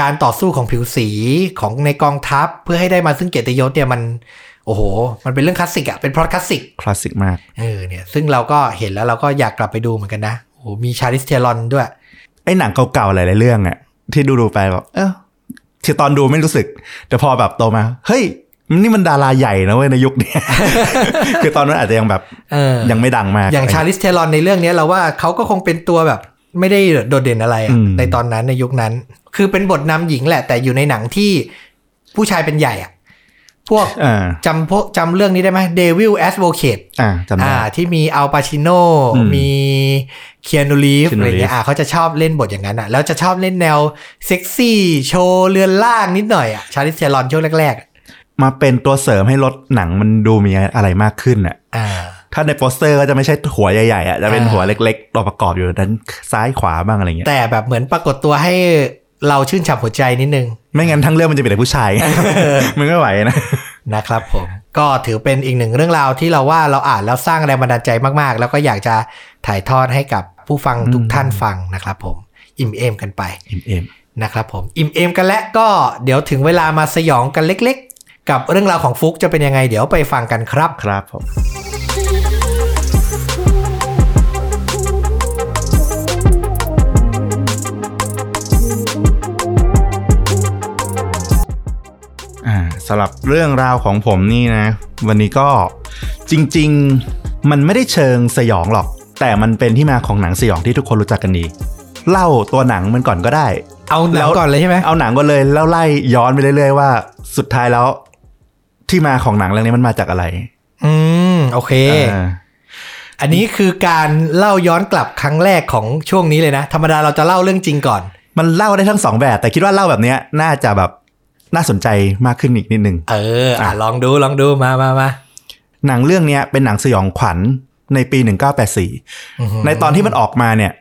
การต่อสู้ของผิวสีของในกองทัพเพื่อให้ได้มาซึ่งเกียรติยศเนี่ยมัน โอ้โห มันเป็นเรื่องคลาสสิกอะเป็นพล็อตคลาสสิก
คลาสสิกมาก
เออเนี่ยซึ่งเราก็เห็นแล้วเราก็อยากกลับไปดูเหมือนกันนะโอ้โหมีชาลิสเทลอนด้วย
ไอ้หนังเก่าๆหลายๆเรื่องอะที่ดูดูๆไปแบบเออคือตอนดูไม่รู้สึก แต่พอแบบโตมา เฮ้ยมันนี่มันดาราใหญ่นะเว้ยในยุคเนี้ย คือตอนนั้นอาจจะยังแบบ
เออ
ยังไม่ดังมาก
อย่างชาลิสเทลอนในเรื่องเนี้ยเราว่าเขาก็คงเป็นตัวแบบไม่ได้โดดเด่นอะไรอะ
อืม
ในตอนนั้นในยุคนั้น คือเป็นบทนำหญิงแหละ แต่อยู่ในหนังที่ผู้ชายเป็นใหญ่อะพวก
อ่า
จำพวกจำเรื่องนี้ได้ไหมเดวิลแอสโวเคต
อ่าจำได้
อ่าที่มีอัลปาชิโน
อืม
มีเคียนูรีฟ
Keanu
อะไร
Reeves
เงี้ยอ่าเขาจะชอบเล่นบทอย่างนั้นอ่ะแล้วจะชอบเล่นแนวเซ็กซี่โชว์เรือนล่างนิดหน่อยอ่ะชาลิสเทลอนช่วงแรกๆอะ
มาเป็นตัวเสริมให้รถหนังมันดูมีอะไรมากขึ้นอะ
อ่า
ถ้าในโปสเตอร์ก็จะไม่ใช่หัวใหญ่ๆอะจะเป็น
อ่า
หัวเล็กๆตัวประกอบอยู่ด้านซ้ายขวาบ้างอะไรเงี้ย
แต่แบบเหมือนปรากฏตัวให้เราชื่นฉ่ำหัวใจนิดนึง
ไม่งั้นทั้งเรื่องมันจะเป็นแต่ผู้ชาย มันไม่ไหวนะ
นะครับผมก็ถือเป็นอีกหนึ่งเรื่องราวที่เราว่าเราอ่านแล้วสร้างแรงบันดาลใจมากๆ แล้วก็อยากจะถ่ายทอดให้กับผู้ฟังทุกท่านฟังนะครับผมอิ่มเอมกันไป
เอ็มเอ็ม
นะครับผมอิ่มเอมกันและก็เดี๋ยวถึงเวลามาสยองกันเล็กๆ กับเรื่องราวของฟุกจะเป็นยังไงเดี๋ยวไปฟังกันครับ
ครับผม อ่าสำหรับเรื่องราวของผมนี่นะ วันนี้ก็จริง ๆ มันไม่ได้เชิงสยองหรอก แต่มันเป็นที่มาของหนังสยองที่ทุกคนรู้จักกันดี เล่าตัวหนังมันก่อนก็ได้
เอาห
แล้
นัง
ว
ก่อนเลยใช่ไหม
เอาหนังก็เลยแล้วไล่ย้อนไปเรื่อยๆว่าสุดท้ายแล้ว ที่มาของหนังเรื่องนี้มันมาจากอะไร
อืมโอเค
อ่า
อันนี้คือการเล่าย้อนกลับครั้งแรกของช่วงนี้เลยนะ ธรรมดาเราจะเล่าเรื่องจริงก่อน
มันเล่าได้ทั้งสองแบบ แต่คิดว่าเล่าแบบเนี้ยน่าจะแบบน่าสนใจมากขึ้นอีกนิดนึง
เอออ่ะลองดูลองดูมามามา
หนังเรื่องเนี้ยเป็นหนังสยองขวัญในปี
อือหือ
1984 ในตอนที่มันออกมาเนี่ย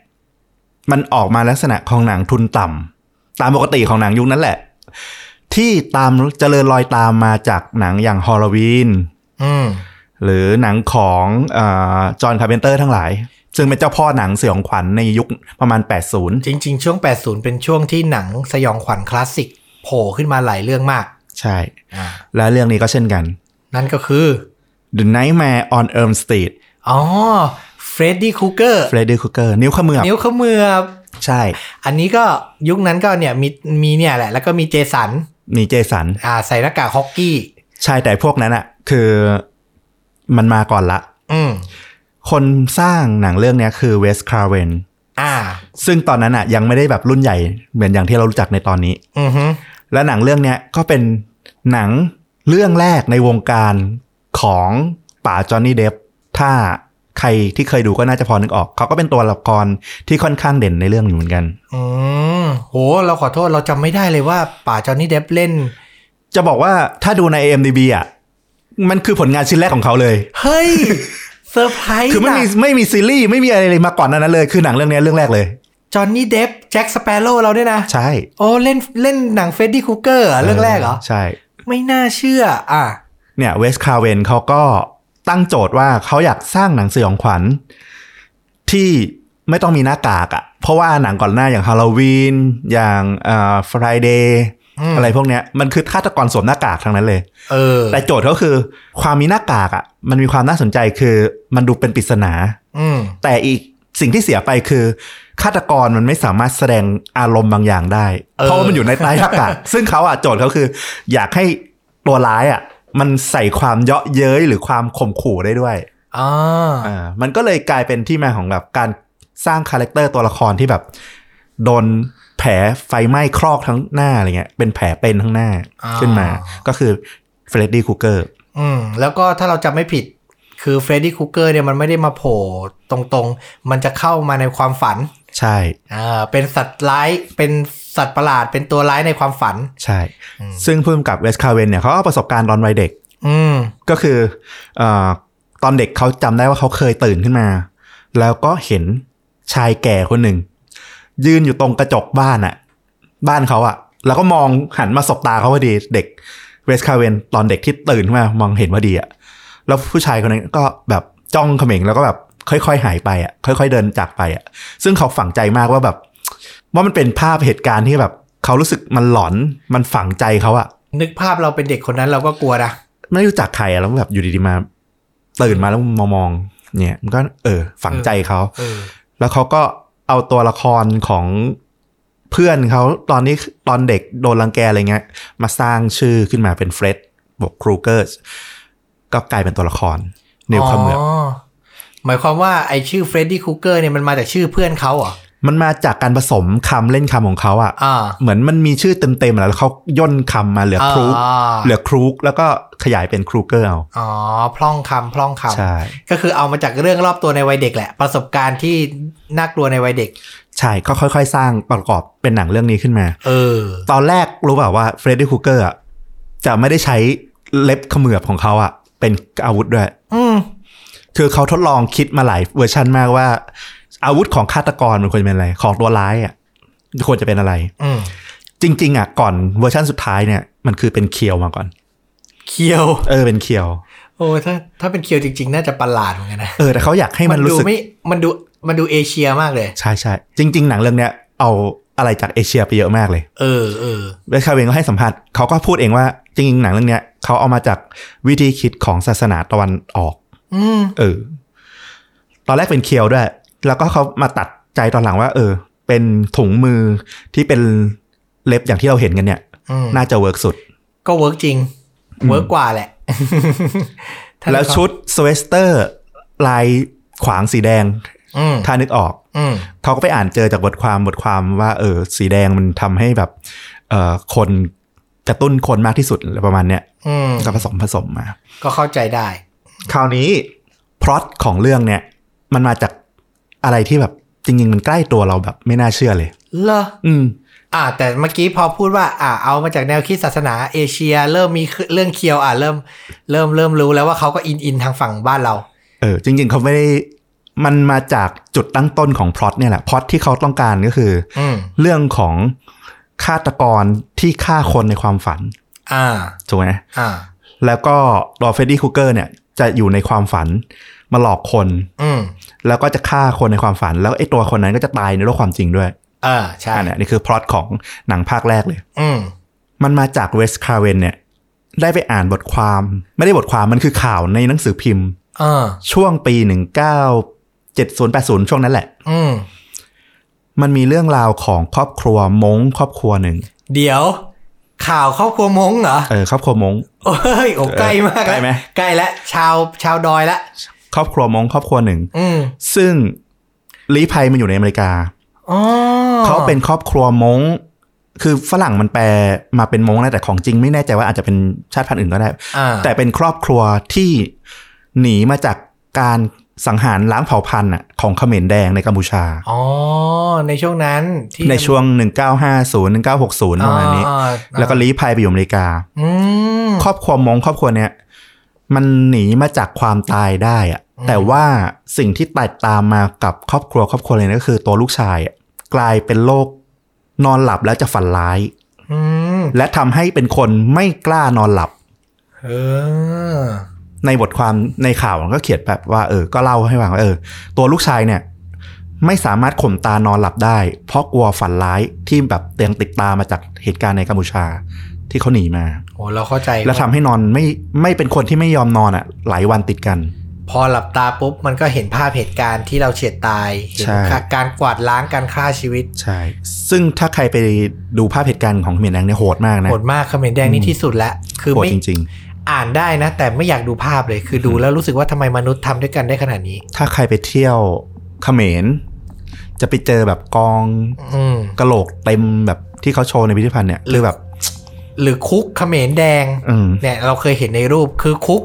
มันออกมาลักษณะของหนังทุนต่ำตามปกติของหนังยุคนั้นแหละ ที่ตามเจริญรอยตามมาจากหนังอย่างฮอลลวีน
อืม
หรือหนังของจอห์นคาร์เพนเตอร์ทั้งหลาย ซึ่งเป็นเจ้าพ่อหนังสยองขวัญในยุคประมาณ 80
จริง ๆ ช่วง 80 เป็นช่วงที่หนังสยองขวัญคลาสสิกโผล่ขึ้นมาหลายเรื่องมาก
ใช่ และเรื่องนี้ก็เช่นกัน
นั่นก็คือ
The Nightmare on Elm Street
อ๋อเฟรดดี้ครูเกอร์
เฟรดดี้คูเกอร์นิ้วขมือบ
นิ้วเขมือบ
ใช่
อันนี้ก็ยุคนั้นก็เนี่ยมีมีเนี่ยแหละ แล้วก็มีเจสัน
มีเจสัน
อ่าใส่หน้ากากฮอกกี้
ใช่แต่พวกนั้นอะคือมันมาก่อนละ
อืม
คนสร้างหนังเรื่องเนี้ยคือเวสคาร์เวน
อ่า
ซึ่งตอนนั้นอะยังไม่ได้แบบรุ่นใหญ่เหมือนอย่างที่เรารู้จักในตอนนี้
อือฮึ
และหนังเรื่องเนี้ยก็เป็นหนังเรื่องแรกในวงการของป๋าจอห์นนี่เดฟถ้าใครที่เคยดูก็น่าจะพอนึกออก เขาก็เป็นตัวละครที่ค่อนข้างเด่นในเรื่องอยู่เหมือนกัน
อืมโห เราขอโทษเราจำไม่ได้เลยว่าป่าจอห์นนี่เดฟเล่น
จะ บอกว่าถ้าดูใน AMDB อะมันคือผลงานชิ้นแรกของเขาเลย
เฮ้ย เซอร์ไพรส์
คือไม่มี
ะ
ไม่มีซีรีส์ไม่มีอะไรเลยมาก่อนหนานั้นเลย คือหนังเรื่องเนี้ยเรื่องแรกเลย
จอห์นนี่เดฟแจ็คสเปโร่เราด้วยนะ
ใช่
โอ้เล่นเล่นหนังเฟรดดี้ครูเกอร์เรื่องแรกเหรอ
ใช่
ไม่น่าเชื่อ อ่ะ
เนี่ยเวสคาเวนเขาก็ตั้งโจทย์ว่าเขาอยากสร้างหนังสยองขวัญ ที่ไม่ต้องมีหน้ากากอะ่ะ เพราะว่าหนังก่อนหน้าอย่างฮาโลวีนอย่างอ่าฟรายเดย์
อืม
อะไรพวกเนี้ยมันคือฆาตกรสวมหน้ากากทั้งนั้นเลย
เออ
แต่โจทย์เขาคือความมีหน้ากากอะ่ะ มันมีความน่าสนใจคือมันดูเป็นปริศนา
อืม
แต่อีกสิ่งที่เสียไปคือฆาตกรมันไม่สามารถแสดงอารมณ์บางอย่างได้
เออ
เพราะว่ามันอยู่ในใต้หน้าก าก ซึ่งเขาอ่ะโจทย์เขาคือ อยากให้ตัวร้ายอ่ะ มันใส่ความเยาะเย้ยหรือความข่มขู่ได้ด้วย
อ่า
อ่ามันก็เลยกลายเป็นที่มาของแบบการสร้างคาแรคเตอร์ตัวละครที่แบบ โดนแผลไฟไหม้คลอกทั้งหน้าอะไรเงี้ยเป็นแผลเป็นทั้งหน้าขึ้นมา ก็คือเฟรดดี้คูเกอร์
อืม แล้วก็ถ้าเราจำไม่ผิด คือเฟรดดี้ครูเกอร์เนี่ยมันไม่ได้มาโผล่ตรงๆ มันจะเข้ามาในความฝัน
ใช่
อ่า เป็นสัตว์ร้าย เป็นสัตว์ประหลาด เป็นตัวร้ายในความฝัน
ใช่ ซึ่งพุ่มกับเวสคาเวนเนี่ยเขาเอาประสบการณ์ตอนวัยเด็ก
อืม
ก็คือเออตอนเด็กเขาจำได้ว่าเขาเคยตื่นขึ้นมา แล้วก็เห็นชายแก่คนหนึ่ง ยืนอยู่ตรงกระจกบ้านอะบ้านเขาอะแล้วก็มองหันมาสบตาเขาพอดีเด็กเวสคาเวนตอนเด็กที่ตื่นขึ้นมามองเห็นพอดีอะแล้วผู้ชายคนนั้นก็แบบจ้องเขม็งแล้วก็แบบค่อย ๆ หายไปอะค่อย ๆ เดินจากไปอะซึ่งเขาฝังใจมากว่าแบบ ว่ามันเป็นภาพเหตุการณ์ที่แบบเขารู้สึกมันหลอนมันฝังใจเขาอะ
นึกภาพเราเป็นเด็กคนนั้นเราก็กลัวนะ
ไม่รู้จักใครอะแล้วแบบอยู่ดีๆมา ตื่นมาแล้วมองมองๆเนี่ย มันก็เออ ฝังใจเขา
เออ
แล้วเขาก็เอาตัวละครของเพื่อนเขาตอนนี้ตอนเด็กโดนรังแกอะไรเงี้ย มาสร้างชื่อขึ้นมาเป็นเฟร็ดบวกครูเกอร์ก็กลายเป็นตัวละครนิวคาเมือบ
หมายความว่าไอชื่อเฟรดดี้ครูเกอร์เนี่ยมันมาจากชื่อเพื่อนเขาเหรอ
มันมาจากการผสมคำเล่นคำของเขาอะ
อ่า
เหมือนมันมีชื่อเต็มๆแล้วแล้วเขาย่นคำมาเหลือครูก
อ่า
เหลือครูกแล้วก็ขยายเป็นครูเกอร์เอา
อ๋อ พล่องคำพล่องค
ใช่
ำก็คือเอามาจากเรื่องรอบตัวในวัยเด็กแหละ ประสบการณ์ที่น่ากลัวในวัยเด็ก
ใช่ก็ค่อยๆ สร้างประกอบเป็นหนังเรื่องนี้ขึ้นมา
เออ
ตอนแรกรู้เปล่าว่าเฟรดดี้คูเกอร์อะจะไม่ได้ใช้เล็บเขมือบของเขาอะเป็นอาวุธด้วย
อืม
คือเขาทดลองคิดมาหลายเวอร์ชันมากว่า อาวุธของฆาตกรมันควรจะเป็นอะไร ของตัวร้ายอะควรจะเป็นอะไร
อืม
จริง ๆอะก่อนเวอร์ชันสุดท้ายเนี่ยมันคือเป็นเคียวมาก่อน
เคียว
เออเป็นเคียว
โอ้ถ้าถ้าเป็นเคียวจริง ๆ น่าจะประหลาดเหมือนกันนะ
เออแต่เขาอยากให้มันรู้
ดู
สึก
ไม่มันดูมันดูเอเชียมากเลย
ใช่ใช่จริง ๆ หนังเรื่องเนี้ยเอาอะไรจากเอเชียไปเยอะมากเลย
เออเออ
เวสคาเวนก็ให้สัมภาษณ์เขาก็พูดเองว่าจริงๆหนังเรื่องเนี้ยเขาเอามาจากวิธีคิดของศาสนาตะวันออก
อืม
เออ ตอนแรกเป็นเคียวด้วย แล้วก็เขามาตัดใจตอนหลังว่า เออ เป็นถุงมือที่เป็นเล็บอย่างที่เราเห็นกันเนี่ย
อืม
น่าจะเวิร์กสุด
ก็เวิร์กจริง เวิร์กกว่าแหละ ถ้า
แล้วชุดสเวสเตอร์ ลายขวางสีแดง
อืม
ถ้านึกออก
อืม
เขาก็ไปอ่านเจอจากบทความบทความว่า เออ สีแดงมันทำให้แบบ เอ่อคนกระตุ้นคนมากที่สุดอะไรประมาณเนี้ย
อืม
ก็ผสมผสมมา
ก็เข้าใจได้
คราวนี้พล็อตของเรื่องเนี่ย มันมาจากอะไรที่แบบจริง ๆ มันใกล้ตัวเราแบบไม่น่าเชื่อเลย
เหรอ
อืม
อ่า แต่เมื่อกี้พอพูดว่า อ่า เอามาจากแนวคิดศาสนาเอเชีย เริ่มมีเรื่องเคียวอ่าเริ่ม เริ่มเริ่มรู้แล้วว่าเขาก็อินอินทางฝั่งบ้านเรา
เออ จริง ๆ เขาไม่ได้มันมาจากจุดตั้งต้นของพล็อตเนี่ยแหละพล็อตที่เขาต้องการก็คือ
อืม
เรื่องของฆาตกรที่ฆ่าคนในความฝัน
อ่า
ถูกไหม
อ่า
แล้วก็ดอร์เฟดดี้คูเกอร์เนี่ยจะอยู่ในความฝันมาหลอกคน
อืม
แล้วก็จะฆ่าคนในความฝัน แล้วไอ้ตัวคนนั้นก็จะตายในโลกความจริงด้วย
เออใช่
อันเนี้ยนี่คือพล็อตของหนังภาคแรกเลย
อืม
มันมาจากเวสคาเวนเนี่ย ได้ไปอ่านบทความ ไม่ได้บทความมันคือข่าวในหนังสือพิมพ์
เออ
ช่วงปี 1970-80 ช่วงนั้นแหละ
อืม
มันมีเรื่องราวของครอบครัวมงครอบครัวหนึ่ง
เดี๋ยว ข่าวครอบครัวมงเหรอ
เออครอบครัวมง
โอ้ย โอ้ใกล้มาก
ใกล้ไหม
แล้วใกล้แล้วชาว ชาวดอยละ
ครอบครัวมงครอบครัวหนึ่ง
อืม
ซึ่งลี้ภัยมาอยู่ในอเมริกา
อ๋อ
เขาเป็นครอบครัวมงคือฝรั่งมันแปลมาเป็นมงนะแต่ของจริงไม่แน่ใจว่าอาจจะเป็นชาติพันธุ์อื่นก็ได้
อ่า
แต่เป็นครอบครัวที่หนีมาจากการสังหารล้างเผ่าพันธุ์อะของเขมรแดงในกัมพูชา
อ๋อ ในช่วงนั้นที่
ในช่วง 1950 1960ประมาณนี้
อ่อ่อ่า
แล้วก็ลี้ภัยไปอยู่อเมริกา
อืม
ครอบครัวมงครอบครัวเนี้ย มันหนีมาจากความตายได้อะ
อืม
แต่ว่าสิ่งที่ตัดตามมากับครอบครัวครอบครัวเลยนะก็คือตัวลูกชายอะกลายเป็นโรคนอนหลับแล้วจะฝันร้าย
อืม
และทำให้เป็นคนไม่กล้านอนหลับ
เออ
ในบทความในข่าวมันก็เขียนแบบว่าเออก็เล่าให้ฟังว่าเออ ตัวลูกชายเนี่ย ไม่สามารถข่มตานอนหลับได้ เพราะกลัวฝันร้ายที่แบบเตียงติดตามมาจากเหตุการณ์ในกัมพูชาที่เขาหนีมา
โหเราเข้าใจ
แล้วทำให้นอนไม่ไม่เป็นคนที่ไม่ยอมนอนอ่ะ หลายวันติดกัน
พอหลับตาปุ๊บ มันก็เห็นภาพเหตุการณ์ที่เราเฉียดตายเห็น
ใช่
การกวาดล้างการฆ่าชีวิต
ใช่ ซึ่งถ้าใครไปดูภาพเหตุการณ์ของเขมียนแดงเนี่ยโหดมากนะ
โหดมากเขมรแดงนี่ที่สุดแล้วคือ
โหด
ไม่
จริง
อ่านได้นะ แต่ไม่อยากดูภาพเลย คือดูแล้วรู้สึกว่าทำไมมนุษย์ทำด้วยกันได้ขนาดนี้
ๆ ถ้าใครไปเที่ยวเขมร จะไปเจอแบบกอง
อืม
กระโหลกเต็มแบบที่เขาโชว์ในพิพิธภัณฑ์เนี่ยคือแบบ
หรือคุกเขมรแดง
อืม
เนี่ยเราเคยเห็นในรูปคือคุก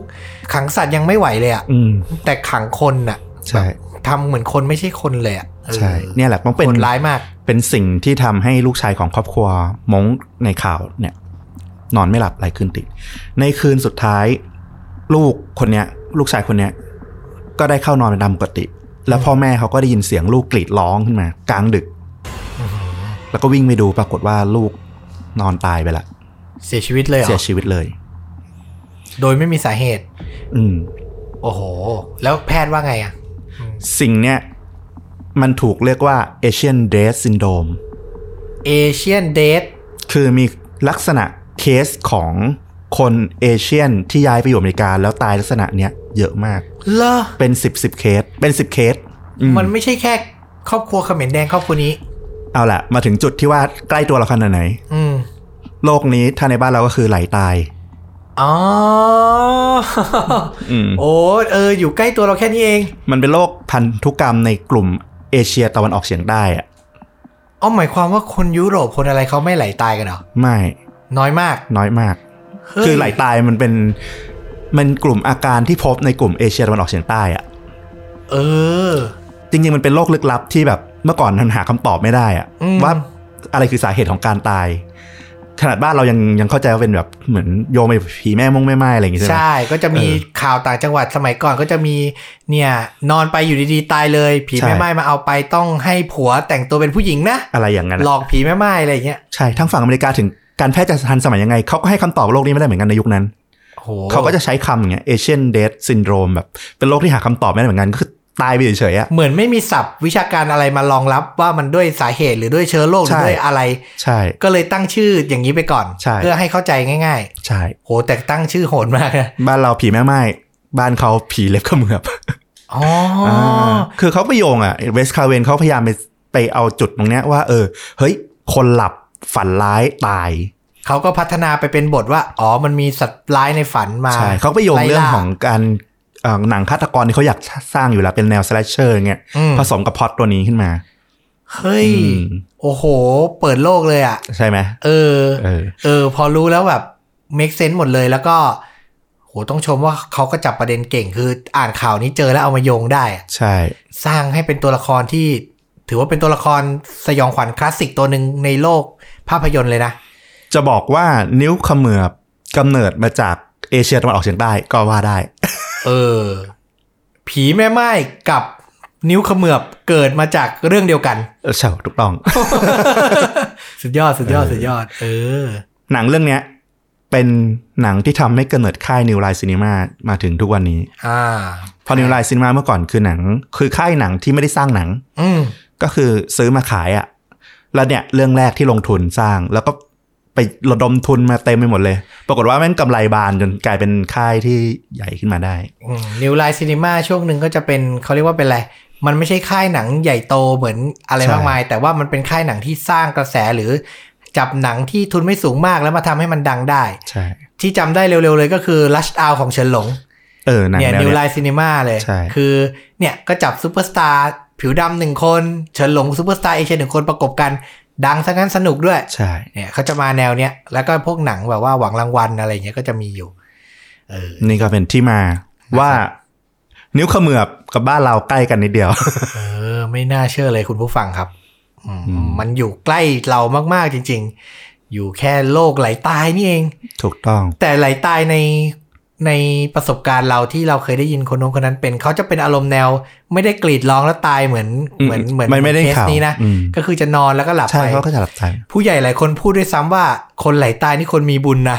ขังสัตว์ยังไม่ไหวเลยอะ
อืม
แต่ขังคนน่ะ
ใช่
ทำเหมือนคนไม่ใช่คนเลยอะ
ใช่ เนี่ยแหละมัน
เป็
เป็นน
ร้ายมาก
เป็นสิ่งที่ทำให้ลูกชายของครอบครัวมงในข่าวเนี่ย นอนไม่หลับหลายคืนติด ในคืนสุดท้าย ลูกคนเนี้ย ลูกชายคนเนี้ย ก็ได้เข้านอนเป็นตามปกติ แล้วพ่อแม่เขาก็ได้ยินเสียงลูกกรีดร้องขึ้นมากลางดึก แล้วก็วิ่งไปดูปรากฏว่าลูกนอนตายไปละ
เสียชีวิตเลยเหร
เสีย
อ
ชีวิตเลย
โดยไม่มีสาเหตุ
อืม
โอ้โห แล้วแพทย์ว่าไงอะ
สิ่งเนี้ยมันถูกเรียกว่า Asian Death Syndrome
เอเชียนเดท
คือมีลักษณะเคสของคนเอเชียนที่ย้ายไปอยู่อเมริกาแล้วตายลักษณะเนี้ยเยอะมาก
เหรอ
เป็นสิบสิบเคส เป็นสิบเคสอืม
มันไม่ใช่แค่ครอบครัวเขมรแดงครอบครัวนี้
เอาละมาถึงจุดที่ว่าใกล้ตัวเราขนาดไหน
อืม
โลกนี้ถ้าในบ้านเราก็คือไหลตาย
อ๋อ
อืม
โอ้เออ อยู่ใกล้ตัวเราแค่นี้เอง
มันเป็นโรคพันธุกรรมในกลุ่มเอเชียตะวันออกเฉียงใต้อะ
อ๋อหมายความว่าคนยุโรปคนอะไรเขาไม่ไหลตายกันเหรอ
ไม่
น้อยมาก
น้อยมาก
เฮ้ย
คือไหลตายมันเป็นมันกลุ่มอาการที่พบในกลุ่มเอเชียตะวันออกเฉียงใต้อะ
เออ
จริงๆมันเป็นโรคลึกลับที่แบบเมื่อก่อนมันหาคำตอบไม่ได้อะ
อืม
ว่าอะไรคือสาเหตุของการตาย ขนาดบ้านเรายังยังเข้าใจว่าเป็นแบบเหมือนโยมไปผีแม่มงแม่ไม้อะไรอย่างงี้ใช่ไหม
ใช่ ก็จะมี
เออ
ข่าวต่างจังหวัดสมัยก่อนก็จะมีเนี่ย นอนไปอยู่ดีๆ ตายเลย ผี
ใช่
แม่ไม้มาเอาไปต้องให้ผัวแต่งตัวเป็นผู้หญิงนะ
อะไรอย่างนั้นอะ
หลอกผีแม่ไม้อะไรอย่างเงี้ย
ใช่ ทั้งฝั่งอเมริกาถึงการแพทย์จะทันสมัยยังไง เขาก็ให้คำตอบโรคนี้ไม่ได้เหมือนกันในยุคนั้น
โอ้โห
เขาก็จะใช้คำอย่างเงี้ย Asian Death Syndrome แบบ เป็นโรคที่หาคำตอบไม่ได้เหมือนกัน ก็คือตายไปเฉยๆอะ
เหมือนไม่มีศัพท์วิชาการอะไรมารองรับว่ามันด้วยสาเหตุหรือด้วยเชื้อโรคห
ใช่
รือด้วยอะไร
ใช่
ก็เลยตั้งชื่ออย่างนี้ไปก่อน
ใช่
เพื่อให้เข้าใจง่าย
ใช่
ๆโหแต่ตั้งชื่อโหดมากนะ
บ้านเราผีแม่ไม้บ้านเขาผีเล็บเขมือบ
อ๋ออา
คือเขาไปโยงอะเวสคาเวนเขาพยายามไปไปเอาจุดตรงเนี้ยว่าเออ เฮ้ย คนหลับฝันร้ายตาย
เขาก็พัฒนาไปเป็นบทว่าอ๋อมันมีสัตว์ร้ายในฝันมา
ใช่เขาไปโยงเรื่อง
ไล่ล่า
ของการเอ่อหนังฆาตกรที่เขาอยากสร้างอยู่แล้วเป็นแนวสแลชเชอร์เงี้ย
อืม
ผสมกับพล็อตตัวนี้ขึ้นมา
เฮ้ย
อืม
โอ้โห เปิดโลกเลยอ่ะ
ใช่ไหม
เออ
เออ
เออ พอรู้แล้วแบบ make sense หมดเลยแล้วก็ โห ต้องชมว่าเขาก็จับประเด็นเก่งคืออ่านข่าวนี้เจอแล้วเอามาโยงได้อะ
ใช่
สร้างให้เป็นตัวละครที่ ถือว่าเป็นตัวละครสยองขวัญคลาสสิกตัวหนึ่งในโลกภาพยนตร์เลยนะ
จะบอกว่านิ้วเขมือบกำเนิดมาจากเอเชียตะวันออกเฉียงใต้ก็ว่าได้
เออ ผีแม่ไม้กับนิ้วเขมือบเกิดมาจากเรื่องเดียวกัน
เออใช่ถูกต้อง
สุดยอดสุดยอดสุดยอด เออ
หนังเรื่องเนี้ย เป็นหนังที่ทำให้กำเนิดค่ายนิวไลน์ซีนีมามาถึงทุกวันนี้
อ่า
พอนิวไลน์ซีนีมาเมื่อก่อนคือหนัง คือค่ายหนังที่ไม่ได้สร้างหนัง
อืม
ก็คือซื้อมาขายอะแล้วเนี่ยเรื่องแรกที่ลงทุนสร้าง แล้วก็ไประดมทุนมาเต็มไปหมดเลย ปรากฏว่าแม่งกำไรบานจนกลายเป็นค่ายที่ใหญ่ขึ้นมาได้
นิวไลน์ซีนีมาช่วงหนึ่งก็จะเป็นเขาเรียกว่าเป็นอะไร มันไม่ใช่ค่ายหนังใหญ่โตเหมือนอะไร
ใช่
มากมาย แต่ว่ามันเป็นค่ายหนังที่สร้างกระแสหรือ จับหนังที่ทุนไม่สูงมากแล้วมาทำให้มันดังได้
ใช่
ที่จำได้เร็วๆเลยก็คือ Rush Hour ของเฉินหลง
เออหนัง
เนี่ย
แนว
New
เนี้ย
Line Cinema เลย
ใช่
คือเนี่ยก็จับซูเปอร์สตาร์ผิวดำหนึ่งคนเฉินหลงซูเปอร์สตาร์เอเชียหนึ่งคนประกบกัน ดังซะงั้นสนุกด้วย
ใช่
เนี่ยเขาจะมาแนวเนี้ยแล้วก็พวกหนังแบบว่าหวังรางวัลอะไรเงี้ยก็จะมีอยู่ เออ
นี่ก็เป็นที่มาว่า นิ้วเขมือบกับบ้านเราใกล้กันนิ ดเดียว
เออไม่น่าเชื่อเลยคุณผู้ฟังครับอืมมันอยู่ใกล้เรามาก ๆ จริง ๆ อยู่แค่โลกไหลตายนี่เอง
ถูกต้อง
แต่ไหลตายใน ในประสบการณ์เราที่เราเคยได้ยินคนโน้นคนนั้นเป็นเขาจะเป็นอารมณ์แนว ไม่ได้กรีดร้องแล้วตายเหมือน
อืม
เหมือนเหมือน
มันไม่ได้
เคส
ข่าว
นี้นะ
อืม
ก็คือจะนอนแล้วก็หลับ
ใช่
ไป
เขาก็จะหลับใจ
ผู้ใหญ่หลายคนพูดด้วยซ้ำว่าคนไหลตายนี่คนมีบุญนะ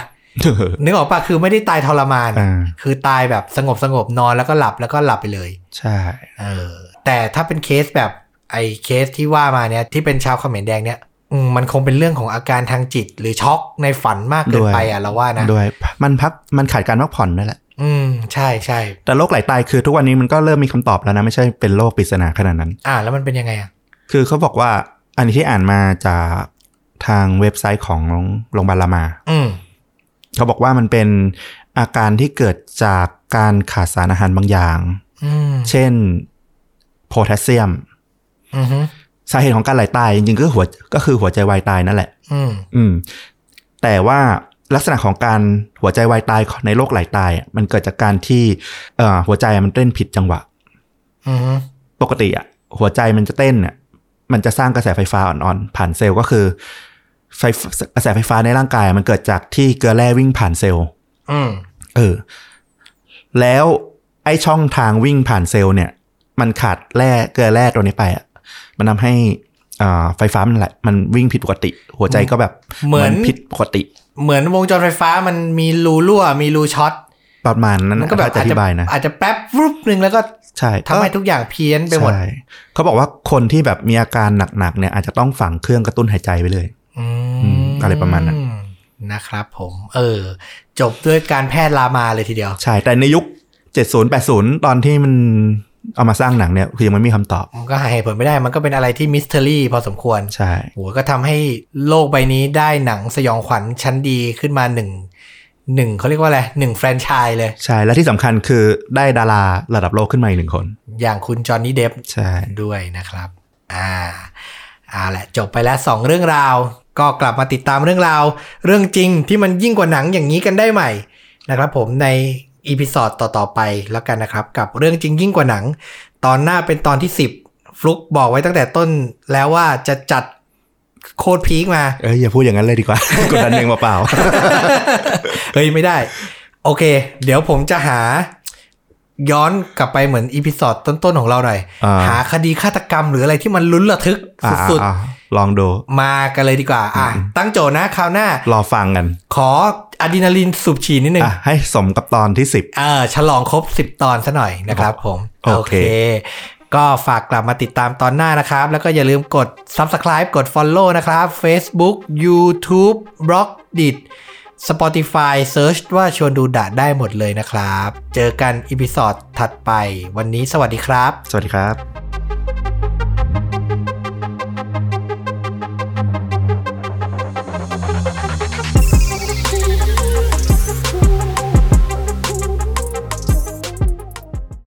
นึกออกปะคือไม่ได้ตายทรมาน
อ่า
คือตายแบบสงบสงบนอนแล้วก็หลับแล้วก็หลับไปเลย
ใช่
เออแต่ถ้าเป็นเคสแบบไอ้เคสที่ว่ามาเนี่ยที่เป็นชาวเขมรแดงเนี่ยอืมมันคงเป็นเรื่องของอาการทางจิต หรือช็อกในฝันมากเกินไปอ่ะเราว่านะ
ด้วยมันพักมันขาดการพักผ่อนนั่นแหละ
อืมใช่ใช่
แต่โรคไหลตายคือทุกวันนี้มันก็เริ่มมีคำตอบแล้วนะ ไม่ใช่เป็นโรคปริศนาขนาดนั้น
อ่าแล้วมันเป็นยังไงอ่ะ
คือเขาบอกว่าอันนี้ที่อ่านมาจากทางเว็บไซต์ของโรงพยาบาลรามา
อืม
เขาบอกว่ามันเป็นอาการที่เกิดจากการขาดสารอาหารบางอย่าง
อืม
เช่นโพแทสเซียม
อือฮึ
สาเหตุของการไหลตายจริงๆก็คือหัวก็คือหัวใจวายตายนั่นแหละ
อืม
อืม แต่ว่าลักษณะของการหัวใจวายตายในโรคไหลตายอะมันเกิดจากการที่เอ่อหัวใจมันเต้นผิดจังหวะ
อือฮึ
ปกติอะหัวใจมันจะเต้นอะมันจะสร้างกระแสไฟฟ้าอ่อนๆผ่านเซลล์ก็คือไฟกระแสไฟฟ้าในร่างกาย มันเกิดจากที่เกลือแร่วิ่งผ่านเซลล์
อืม
เออ แล้วไอ้ช่องทางวิ่งผ่านเซลล์เนี่ย มันขาดแร่เกลือแร่ตัวนี้ไปอะมันทำให้อ่าไฟฟ้ามันไหลมันวิ่งผิดปกติ หัวใจก็แบบผิดปกติ
เหมือนวงจรไฟฟ้ามันมีรูรั่วมีรูช็อต
ประมาณนั้น
มันก็แบบ
ถ้าจะอธิบายนะ
อาจจะแป๊บรูปหนึ่งแล้วก็
ใช่
ทำให้ทุกอย่างเพี้ยนไปหมด
ใช่เขาบอกว่าคนที่แบบมีอาการหนักๆเนี่ยอาจจะต้องฝังเครื่องกระตุ้นหายใจไปเลย
อื
อืมอะไรประมาณนั้น
นะครับผมเออ จบด้วยการแพทย์ลามาเลยทีเดียว
ใช่ แต่ในยุค 70 80 ตอนที่มันเอามาสร้างหนังเนี่ย คือยังไม่มีคำตอบ
มันก็หาเหตุผลไม่ได้มันก็เป็นอะไรที่มิสเทอรี่พอสมควร
ใช่
โหก็ทำให้โลกใบนี้ได้หนังสยองขวัญชั้นดีขึ้นมาหนึ่งหนึ่งเขาเรียกว่าอะไรหนึ่งแฟรนไชส์เลย
ใช่และที่สำคัญคือได้ดาราระดับโลกขึ้นมาอีกหนึ่งคน
อย่างคุณจอห์นนี่เดฟ
ใช่
ด้วยนะครับ อ่าเอาละจบไปแล้ว 2 เรื่องราว ก็กลับมาติดตามเรื่องราว เรื่องจริงที่มันยิ่งกว่าหนังอย่างนี้กันได้ใหม่นะครับผมในอีพิซอดต่อ ๆ ไปแล้วกันนะครับ กับเรื่องจริงยิ่งกว่าหนัง ตอนหน้าเป็นตอนที่ 10 ฟลุกบอกไว้ตั้งแต่ต้นแล้วว่าจะจัดโคตรพีคมา
เอ้ยอย่าพูดอย่างนั้นเลยดีกว่า กดดันเองเปล่า
เฮ้ย ไม่ได้ โอเค เดี๋ยวผมจะหา ย้อนกลับไปเหมือนอีพิซอดต้น ๆ ของเราหน่อย
ๆอ่า
หาคดีฆาตกรรมหรืออะไรที่มันลุ้นระทึกสุด
อ่าอ่าลองดู
ๆ มากันเลยดีกว่า อ่ะ ตั้งโจทย์นะคราวหน้า
รอฟังกัน
ขออะดรีนาลีนสูบฉีดนิดนึง
อ่ะให้สมกับตอนที่ 10
เออฉลองครบ 10 ตอนซะหน่อยนะครับผม
โอเค
ก็ฝากกลับมาติดตามตอนหน้านะครับ แล้วก็อย่าลืมกด Subscribe กด Follow นะครับ Facebook YouTube b l o g d i t Spotify Search ว่าชวนดูดะได้หมดเลยนะครับ เจอกันอีพิซอดถัดไป วันนี้สวัสดีครับ
สวัสดีครับ